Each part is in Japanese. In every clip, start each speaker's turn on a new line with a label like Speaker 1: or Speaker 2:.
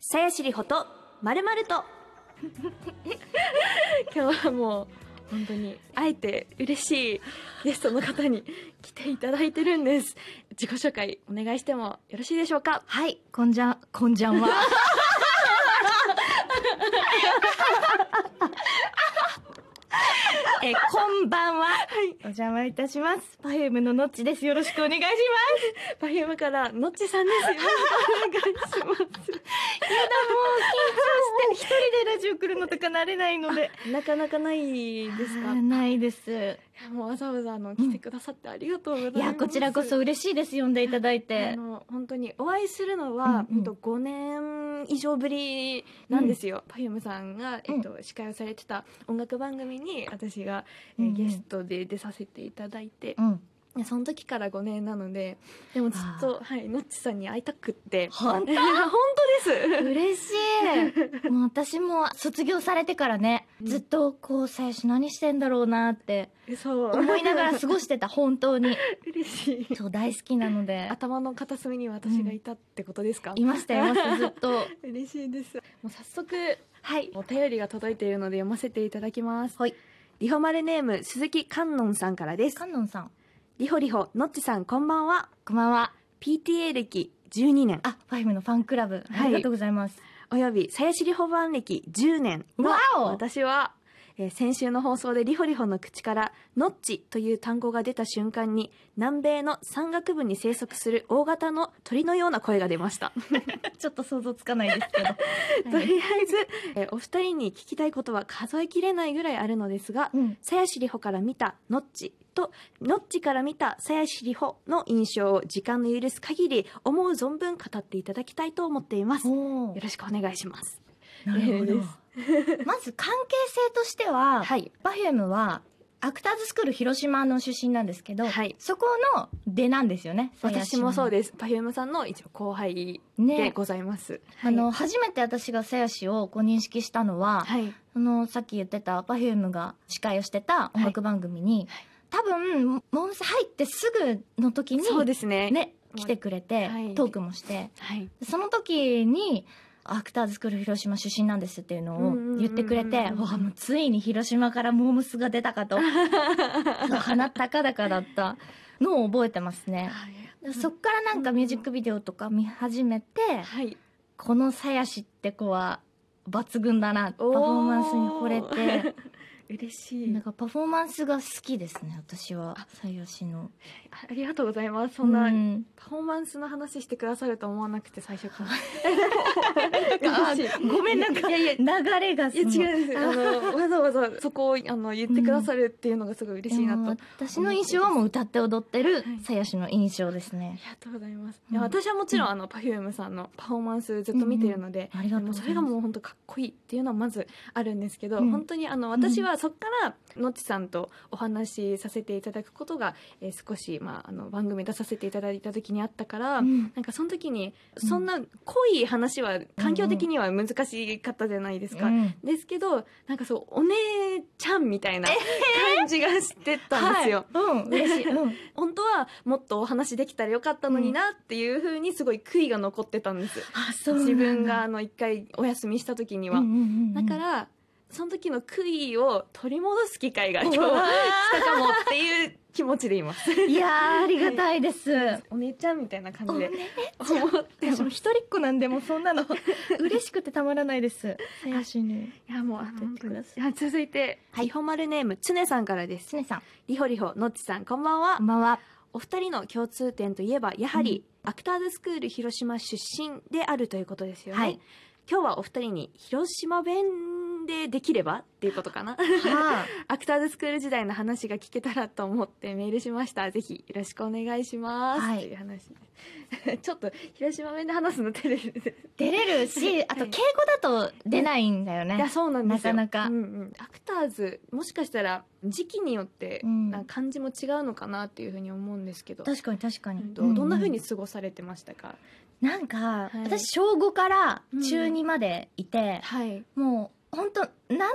Speaker 1: さやしりほとまるまると
Speaker 2: 今日はもう本当にあえて嬉しいゲストの方に来ていただいてるんです自己紹介お願いしてもよろしいでしょうか
Speaker 1: はいこんじゃんこんじゃんは えこんばんは、お邪魔いたしますパフュームののっちですよろしくお願いします
Speaker 2: バリウムからのっちさんですよろ しくお願いしま
Speaker 1: そして一人でラジオ来るのとか慣れないのです
Speaker 2: なかなかないですか
Speaker 1: あーないです
Speaker 2: いやもうわざわざあの来てくださってありがとうござい
Speaker 1: い
Speaker 2: ます、
Speaker 1: やこちらこそ嬉しいです呼んでいただい
Speaker 2: あ
Speaker 1: て
Speaker 2: の本当にお会いするのは、
Speaker 1: うんうん
Speaker 2: ほんと5年以上ぶりなんですよ、パフュームさんが、えっと、司会をされてた音楽番組に私
Speaker 1: うんうん
Speaker 2: が、えーゲストで出させていただいて
Speaker 1: う、ん
Speaker 2: でその時から5年なのででもずっと、はい、のっちさんに会いたくって
Speaker 1: 本
Speaker 2: 本当です
Speaker 1: 嬉しいもう私も卒業されてからね、
Speaker 2: うん
Speaker 1: ずっとこう最初何してんだろうなって
Speaker 2: そう
Speaker 1: 思いながら過ごしてた本当 に
Speaker 2: 嬉しい
Speaker 1: そう大好きなので
Speaker 2: 頭の片隅に私がいたってことですか、
Speaker 1: いましたいましたずっと
Speaker 2: 嬉しいですもう早速
Speaker 1: はい
Speaker 2: お便りが届いているので読ませていただきます
Speaker 1: はい
Speaker 2: リホマルネーム鈴木観音さんからです
Speaker 1: かんのんさん
Speaker 2: リホリホのっちさんこんばんは
Speaker 1: こんばんは
Speaker 2: PTA 歴12年
Speaker 1: あファイムのファンクラブ、
Speaker 2: は
Speaker 1: あ
Speaker 2: い
Speaker 1: りがとうございます
Speaker 2: およびさやしりほばん歴10年の
Speaker 1: わお
Speaker 2: 私は、えー先週の放送でリホリホの口から「ノッチ」という単語が出た瞬間に南米の山岳部に生息する大型の鳥のような声が出ました、
Speaker 1: ちょっと想像つかないですけど、
Speaker 2: と
Speaker 1: はい
Speaker 2: りあえず、えーお二人に聞きたいことは数えきれないぐらいあるのですが
Speaker 1: うん、
Speaker 2: さやしりほから見たノッチとノッチから見たさやしりほの印象を時間の許す限り思う存分語っていただきたいと思っていますよ
Speaker 1: おー
Speaker 2: ろしくお願いします
Speaker 1: なるほ
Speaker 2: メール
Speaker 1: どまず関係性としては、
Speaker 2: はい
Speaker 1: バフュームはアクターズスクール広島の出身なんですけど、
Speaker 2: はい
Speaker 1: そこの出なんですよね
Speaker 2: 私もそう
Speaker 1: で
Speaker 2: です Perfume さんの一応後輩
Speaker 1: す
Speaker 2: で
Speaker 1: ね
Speaker 2: ございます、
Speaker 1: あの初めて私が鞘師をこう認識したのは、
Speaker 2: はい
Speaker 1: あのさっき言ってた Perfume が司会をしてた音楽番組に、
Speaker 2: はい
Speaker 1: 多分モンス入ってすぐの時に
Speaker 2: そうですね
Speaker 1: ね来てくれて、
Speaker 2: はい
Speaker 1: トークもして
Speaker 2: はい
Speaker 1: その時にアクターズスクール広島出身なんですっていうの
Speaker 2: うんうんうんう
Speaker 1: を
Speaker 2: ん
Speaker 1: 言ってくれて、わあもうついに広島からモームスが出たか とそう鼻高々だったのを覚えてますねそっからなんかミュージックビデオとか見始めて
Speaker 2: はい
Speaker 1: この鞘師って子は抜群だなパフ
Speaker 2: お
Speaker 1: ォ
Speaker 2: ー
Speaker 1: ーマンスに惚れ て
Speaker 2: 嬉しい
Speaker 1: なんかパフォーマンスが好きですね私は
Speaker 2: あ
Speaker 1: 鞘師の
Speaker 2: あありがとうございますそんな
Speaker 1: うん
Speaker 2: パフォーマンスの話してくださると思わなくて最初か ら
Speaker 1: あ
Speaker 2: 嬉しい
Speaker 1: ごめんなんか
Speaker 2: いやいや
Speaker 1: 流れが
Speaker 2: いや
Speaker 1: その
Speaker 2: 違うんですあのわざわざそこをあの言ってくださるっていうのがすごい嬉しいなと、
Speaker 1: で
Speaker 2: あ
Speaker 1: も私の印象はもう歌って踊ってる
Speaker 2: はい
Speaker 1: 鞘師の印象ですね
Speaker 2: り、がとうございます、
Speaker 1: うん
Speaker 2: いや私はもちろんあの Perfume さんのパフォーマンスずっと見てるので、
Speaker 1: ありがとうご
Speaker 2: もう
Speaker 1: ざいます
Speaker 2: それがもう本当かっこいいっていうのはまずあるんですけど、
Speaker 1: うん
Speaker 2: 本当にあの私はそこからのっちさんとお話しさせていただくことが、えー少し、まあ、あの番組出させていただいた時にあったから、
Speaker 1: うん
Speaker 2: なんかその時に
Speaker 1: うん
Speaker 2: そんな濃い話は環境的には難しかったじゃないですか、
Speaker 1: うん
Speaker 2: ですけどなんかそうお姉ちゃんみたいな感じがしてたんですよ。
Speaker 1: はい、うん嬉しい、うん、
Speaker 2: 本当はもっとお話できたらよかったのになっていうふうにすごい悔いが残ってたんです、
Speaker 1: あそ
Speaker 2: 自分 があの一回お休みした時には、だからその時の悔いを取り戻す機会が今日
Speaker 1: う
Speaker 2: 来
Speaker 1: わ
Speaker 2: たかもっていう気持ちでいます
Speaker 1: いやーありがたいです、
Speaker 2: お姉ちゃんみたいな感
Speaker 1: お
Speaker 2: じ
Speaker 1: ね
Speaker 2: で 思って
Speaker 1: 私
Speaker 2: ま
Speaker 1: も一人っ子なんでもうそんなの 嬉しくてたまらないです鞘師に
Speaker 2: いやもうあの
Speaker 1: 待っててください
Speaker 2: いや続いて、
Speaker 1: はい
Speaker 2: リホマルネームつねさんからです
Speaker 1: 常さん
Speaker 2: リホリホのっちさんこんばんは
Speaker 1: こんばんは
Speaker 2: お二人の共通点といえばやはり、アクターズスクール広島出身であるということですよね、
Speaker 1: はい
Speaker 2: 今日はお二人に広島弁でできればっていうことかな
Speaker 1: は
Speaker 2: アクターズスクール時代の話が聞けたらと思ってメールしましたぜひよろしくお願いします、
Speaker 1: はい
Speaker 2: という話 ちょっと広島弁で話すの照れる
Speaker 1: 出れるし あと敬語だと出ないんだよ
Speaker 2: いや
Speaker 1: ね
Speaker 2: そうなんですよ
Speaker 1: なかなか
Speaker 2: うんうん、アクターズもしかしたら時期によって、
Speaker 1: うん
Speaker 2: なんか漢字も違うのかなっていうふうに思うんですけど、
Speaker 1: 確かに確か
Speaker 2: う
Speaker 1: に、
Speaker 2: んとどんなふうに過ごされてましたか、
Speaker 1: なんか、
Speaker 2: はい
Speaker 1: 私小5から中2までいて、
Speaker 2: はい
Speaker 1: もう本当何の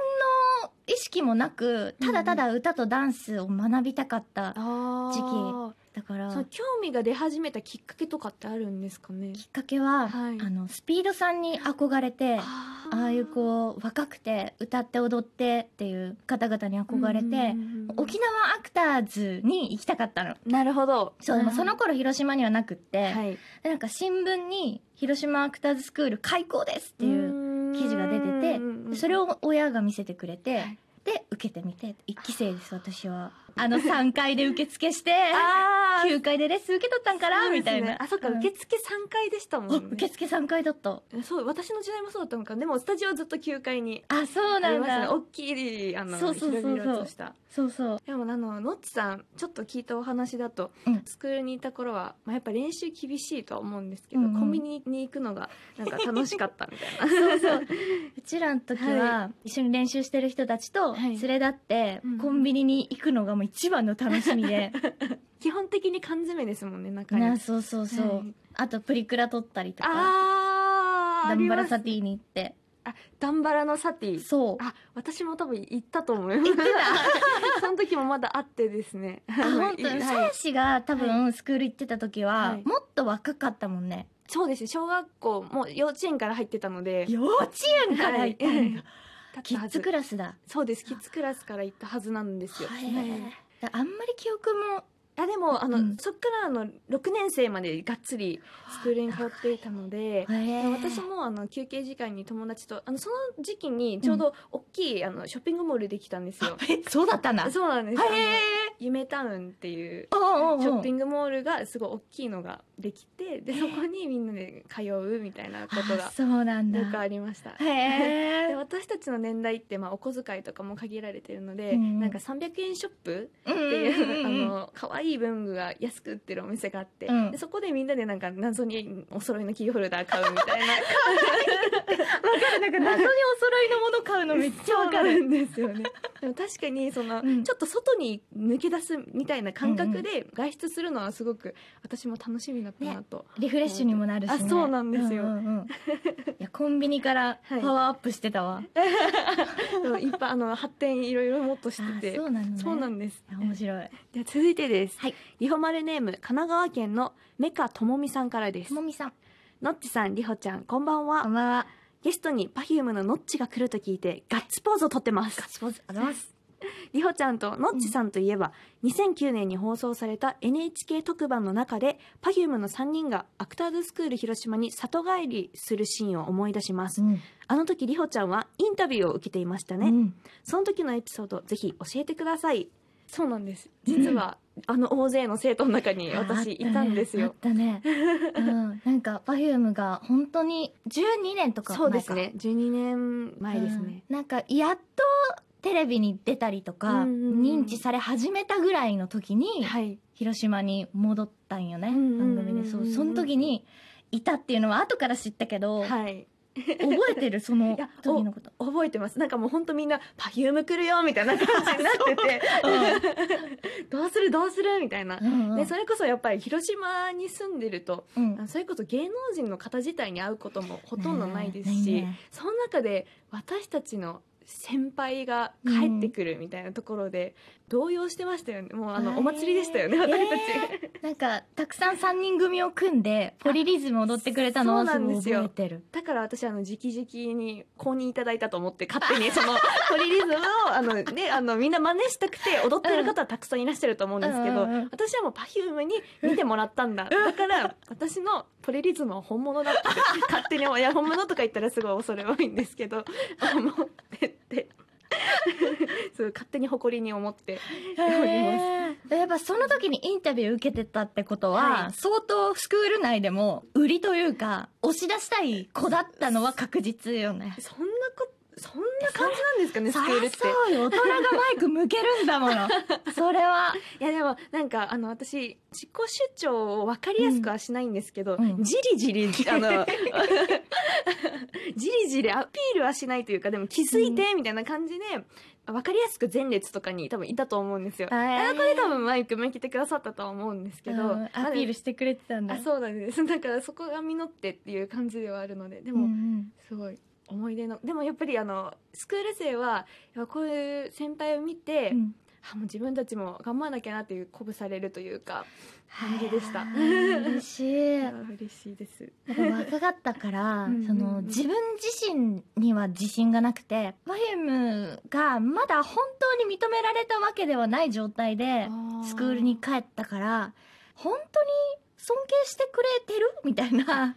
Speaker 1: 意識もなくただただ歌とダンスを学びたかった、
Speaker 2: 時
Speaker 1: 時期だから
Speaker 2: その
Speaker 1: き
Speaker 2: 興味が出始めたきっかけとかってあるんですかね
Speaker 1: っかけは、
Speaker 2: はい
Speaker 1: あのスピードさんに憧れて
Speaker 2: あ
Speaker 1: ああいうこう若くて歌って踊ってっていう方々に憧れて沖縄アクターズに行きたかったの
Speaker 2: なるほど
Speaker 1: そうでもその頃広島にはなくって、
Speaker 2: はい、っ
Speaker 1: なんか新聞に「広島アクターズスクール開校です」っていう記事が出ててでそれ
Speaker 2: を
Speaker 1: を親が見せてくれて、
Speaker 2: はい
Speaker 1: で受けてみて1期生です私はあの3階で受付して
Speaker 2: あー
Speaker 1: 9階でレッスン受け取ったんかな、
Speaker 2: そうで
Speaker 1: み
Speaker 2: すね
Speaker 1: たいな
Speaker 2: あそっか
Speaker 1: うん
Speaker 2: 受付三階でしたもんね
Speaker 1: あ受付3階だった
Speaker 2: そう私の時代もそうだったのかでもスタジオはずっと9階に
Speaker 1: あそう
Speaker 2: あ
Speaker 1: な
Speaker 2: り
Speaker 1: ん
Speaker 2: ますね
Speaker 1: だ、
Speaker 2: 大きいあの
Speaker 1: そうそうそうそう
Speaker 2: 広々とした
Speaker 1: そうそう
Speaker 2: でもあのノッチさんちょっと聞いたお話だと、
Speaker 1: うん
Speaker 2: スクールにいた頃は、まあ、やっぱ練習厳しいとは思うんですけど、
Speaker 1: うんうん
Speaker 2: コンビニに行くのがなんか楽しかったみた いな
Speaker 1: そうそううちらの時は一緒に練習してる人たちと
Speaker 2: はい
Speaker 1: 連れ立って
Speaker 2: うん
Speaker 1: コンビニに行くのがもう一番の楽しみ で
Speaker 2: 基本的に缶詰ですもんね中に
Speaker 1: なそうそうそう、
Speaker 2: はい
Speaker 1: あとプリクラ撮ったりとか
Speaker 2: あー
Speaker 1: ダ
Speaker 2: あり
Speaker 1: ンバ
Speaker 2: ま
Speaker 1: ラ
Speaker 2: す
Speaker 1: サティに行って
Speaker 2: あダンバラのサティ
Speaker 1: そう
Speaker 2: あ私も多分行ったと思いますその時もまだあってですね
Speaker 1: あ本当
Speaker 2: はい
Speaker 1: に鞘師が多分スクール行ってた時は、
Speaker 2: はい
Speaker 1: もっと若かったもんね
Speaker 2: そうですね小学校も幼稚園から入ってたので
Speaker 1: 幼稚園から行ったんだ、
Speaker 2: はいだったはず
Speaker 1: キッズクラスだ
Speaker 2: そうですキッズクラスから行ったはずなんですよ、
Speaker 1: はい
Speaker 2: はい
Speaker 1: だあんまり記憶も
Speaker 2: あでもあの、
Speaker 1: うん
Speaker 2: そっからあの6年生までがっつりスクールに通っていたので、私
Speaker 1: 私
Speaker 2: もあの休憩時間に友達とあのその時期にちょうど大きい、あのショッピングモールできたんですよ。
Speaker 1: えそうだったんだ
Speaker 2: そうなんです、
Speaker 1: へ
Speaker 2: あ
Speaker 1: え
Speaker 2: の夢タウンっていう
Speaker 1: おうおうおう
Speaker 2: ショッピングモールがすごい大きいのができてでそこにみんなで通うみたいなこと
Speaker 1: あ
Speaker 2: が
Speaker 1: そうなんだ
Speaker 2: よくありました。
Speaker 1: へえ
Speaker 2: で 私たちの年代ってまあお小遣いとかも限られてるので、
Speaker 1: うんうん
Speaker 2: なんか300円ショップ
Speaker 1: っ
Speaker 2: っていう、あ
Speaker 1: の
Speaker 2: の可愛い文具が安く売ってるお店があって、
Speaker 1: うん
Speaker 2: でそこでみんなでなんか謎にお揃いのキーホルダー買うみた いな
Speaker 1: なんか謎にお揃いのもの買うのめっちゃわか
Speaker 2: そう
Speaker 1: る
Speaker 2: なんですよね でも確かにその、
Speaker 1: うん
Speaker 2: ちょっと外に抜け出すみたいな感覚で外出するのはすごく私も楽しみだったなと、
Speaker 1: リフレッシュにもなるし、ね、
Speaker 2: あそうなんですよ
Speaker 1: うんうんうんいやコンビニからパ
Speaker 2: はい
Speaker 1: ワーアップしてたわ、
Speaker 2: でもいっぱいあの発展いろいろもっとし
Speaker 1: あ
Speaker 2: てて
Speaker 1: そうなのね
Speaker 2: そうなんんです
Speaker 1: 面白い
Speaker 2: では続いてです、
Speaker 1: はい
Speaker 2: リホマルネーム神奈川県のメカともみさんからです
Speaker 1: ともみさん
Speaker 2: のっちさんりほちゃんこんばんは
Speaker 1: こんばんは
Speaker 2: ゲストに Perfume ののっちが来ると聞いてガッツポーズをとってます
Speaker 1: ガッツポーズありがとうございます
Speaker 2: りほちゃんとのっちさんといえば、2009年に放送された NHK 特番の中で Perfume の3人がアクターズスクール広島に里帰りするシーンを思い出します、
Speaker 1: うん
Speaker 2: あの時りほちゃんはインタビューを受けていましたね、
Speaker 1: うん
Speaker 2: その時のエピソードぜひ教えてくださいそうなんです実は、あの大勢の生徒の中に私いたんです
Speaker 1: あっ
Speaker 2: よ
Speaker 1: たね。あったねうん、なんか Perfume が本当に12年とか前か
Speaker 2: そうです。ね12年前ですね、
Speaker 1: うんなんかやっとテレビに出たりとか
Speaker 2: うんうんうん
Speaker 1: 認知され始めたぐらいの時に
Speaker 2: はい
Speaker 1: 広島に戻ったんよね、
Speaker 2: うんうんうんうん
Speaker 1: 番組でそうその時にいたっていうのは後から知ったけど、
Speaker 2: はい
Speaker 1: 覚えてるそ の時のこと。
Speaker 2: 覚えてますなんかもうほんとみんな「パフューム来るよ」みたいな感じになってて「どうするどうする」みたいな。
Speaker 1: うんうん
Speaker 2: でそれこそやっぱり広島に住んでると
Speaker 1: うん
Speaker 2: あそれこそ芸能人の方自体に会うこともほとんどないです
Speaker 1: ね
Speaker 2: し、
Speaker 1: ないね
Speaker 2: その中で私たちの先輩が帰ってくるみたいなところで動揺してましたよねもうあ
Speaker 1: あ
Speaker 2: の
Speaker 1: ー
Speaker 2: お祭りでしたよね
Speaker 1: えー
Speaker 2: 私たち、
Speaker 1: なんかたくさん3人組を組んでポリリズム踊ってくれたの
Speaker 2: あ
Speaker 1: を
Speaker 2: そう
Speaker 1: す
Speaker 2: なん
Speaker 1: ごい
Speaker 2: ですよ
Speaker 1: 覚えてる。
Speaker 2: だから私あの直々に公認いただいたと思って勝 手にそのポリリズムをあのねあのみんな真似したくて踊ってる方はたくさんいらっしゃると思うんですけど、
Speaker 1: うんうんうん
Speaker 2: 私はもう Perfume に見てもらったんだだから私のポリリズムは本物だって勝手にいや本物とか言ったらすごい恐れ多いんですけど思ってて そう勝手に誇りに思っております。
Speaker 1: やっぱその時にインタビュー受けてたってことは、
Speaker 2: はい
Speaker 1: 相当スクール内でも売りというか押し出したい子だったのは確実よね。
Speaker 2: そんなこそんな感じなんですかねスク
Speaker 1: そ
Speaker 2: ール
Speaker 1: り
Speaker 2: っ
Speaker 1: ゃ
Speaker 2: て。
Speaker 1: そうよ大人がマイク向けるんだも のそれはい
Speaker 2: やでもなんかあの私自己主張を分かりやすくはしないんですけど、
Speaker 1: うんうん
Speaker 2: じり じりあの じりじりアピールはしないというかでも気づいてみたいな感じで、分かりやすく前列とかに多分いたと思うんですよ。あこれ多分マイク向けてくださったとは思うんですけど、
Speaker 1: うんアピールしてくれてたんだ
Speaker 2: あそうなんです だからそこが実ってっていう感じではあるのででも、
Speaker 1: うんうん
Speaker 2: すごい思い出のでもやっぱりあのスクール生はやっぱこういう先輩を見て、
Speaker 1: うん
Speaker 2: あもう自分たちも頑張らなきゃなっていう鼓舞されるというか感じでした
Speaker 1: はあ嬉しい
Speaker 2: いや嬉しいです
Speaker 1: なんか若かったから
Speaker 2: うんうんうん
Speaker 1: その自分自身には自信がなくて Perfume がまだ本当に認められたわけではない状態でスクールに帰ったから本当に尊敬してくれてるみたい な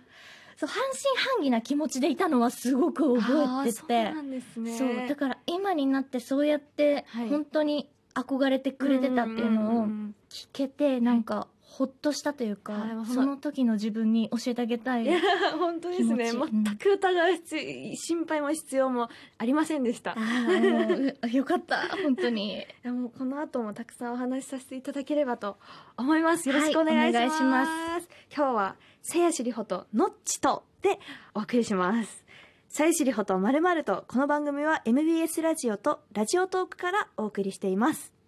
Speaker 1: そう半信半疑な気持ちでいたのはすごく覚えて
Speaker 2: あーそ
Speaker 1: て
Speaker 2: うなんです
Speaker 1: そう,、
Speaker 2: ね
Speaker 1: だから今になってそうやって
Speaker 2: はい
Speaker 1: 本当に憧れてくれてたっていうのを
Speaker 2: んんんん
Speaker 1: 聞けてなんかほっとしたというか、
Speaker 2: はい
Speaker 1: その時の自分に教えてあげた い
Speaker 2: いや本当ですね
Speaker 1: 気持ち
Speaker 2: 全く疑う必要心配も必要もありませんでし
Speaker 1: あ
Speaker 2: た
Speaker 1: ーもうよかった本当に
Speaker 2: いやもうこの後もたくさんお話しさせていただければと思います。よろしくお願いし
Speaker 1: はいお願
Speaker 2: ま
Speaker 1: い
Speaker 2: す。
Speaker 1: しま
Speaker 2: 今日は、さやしりほとのっちとでお送りします。さやしりほとまるまると、この番組は MBS ラジオとラジオトークからお送りしています。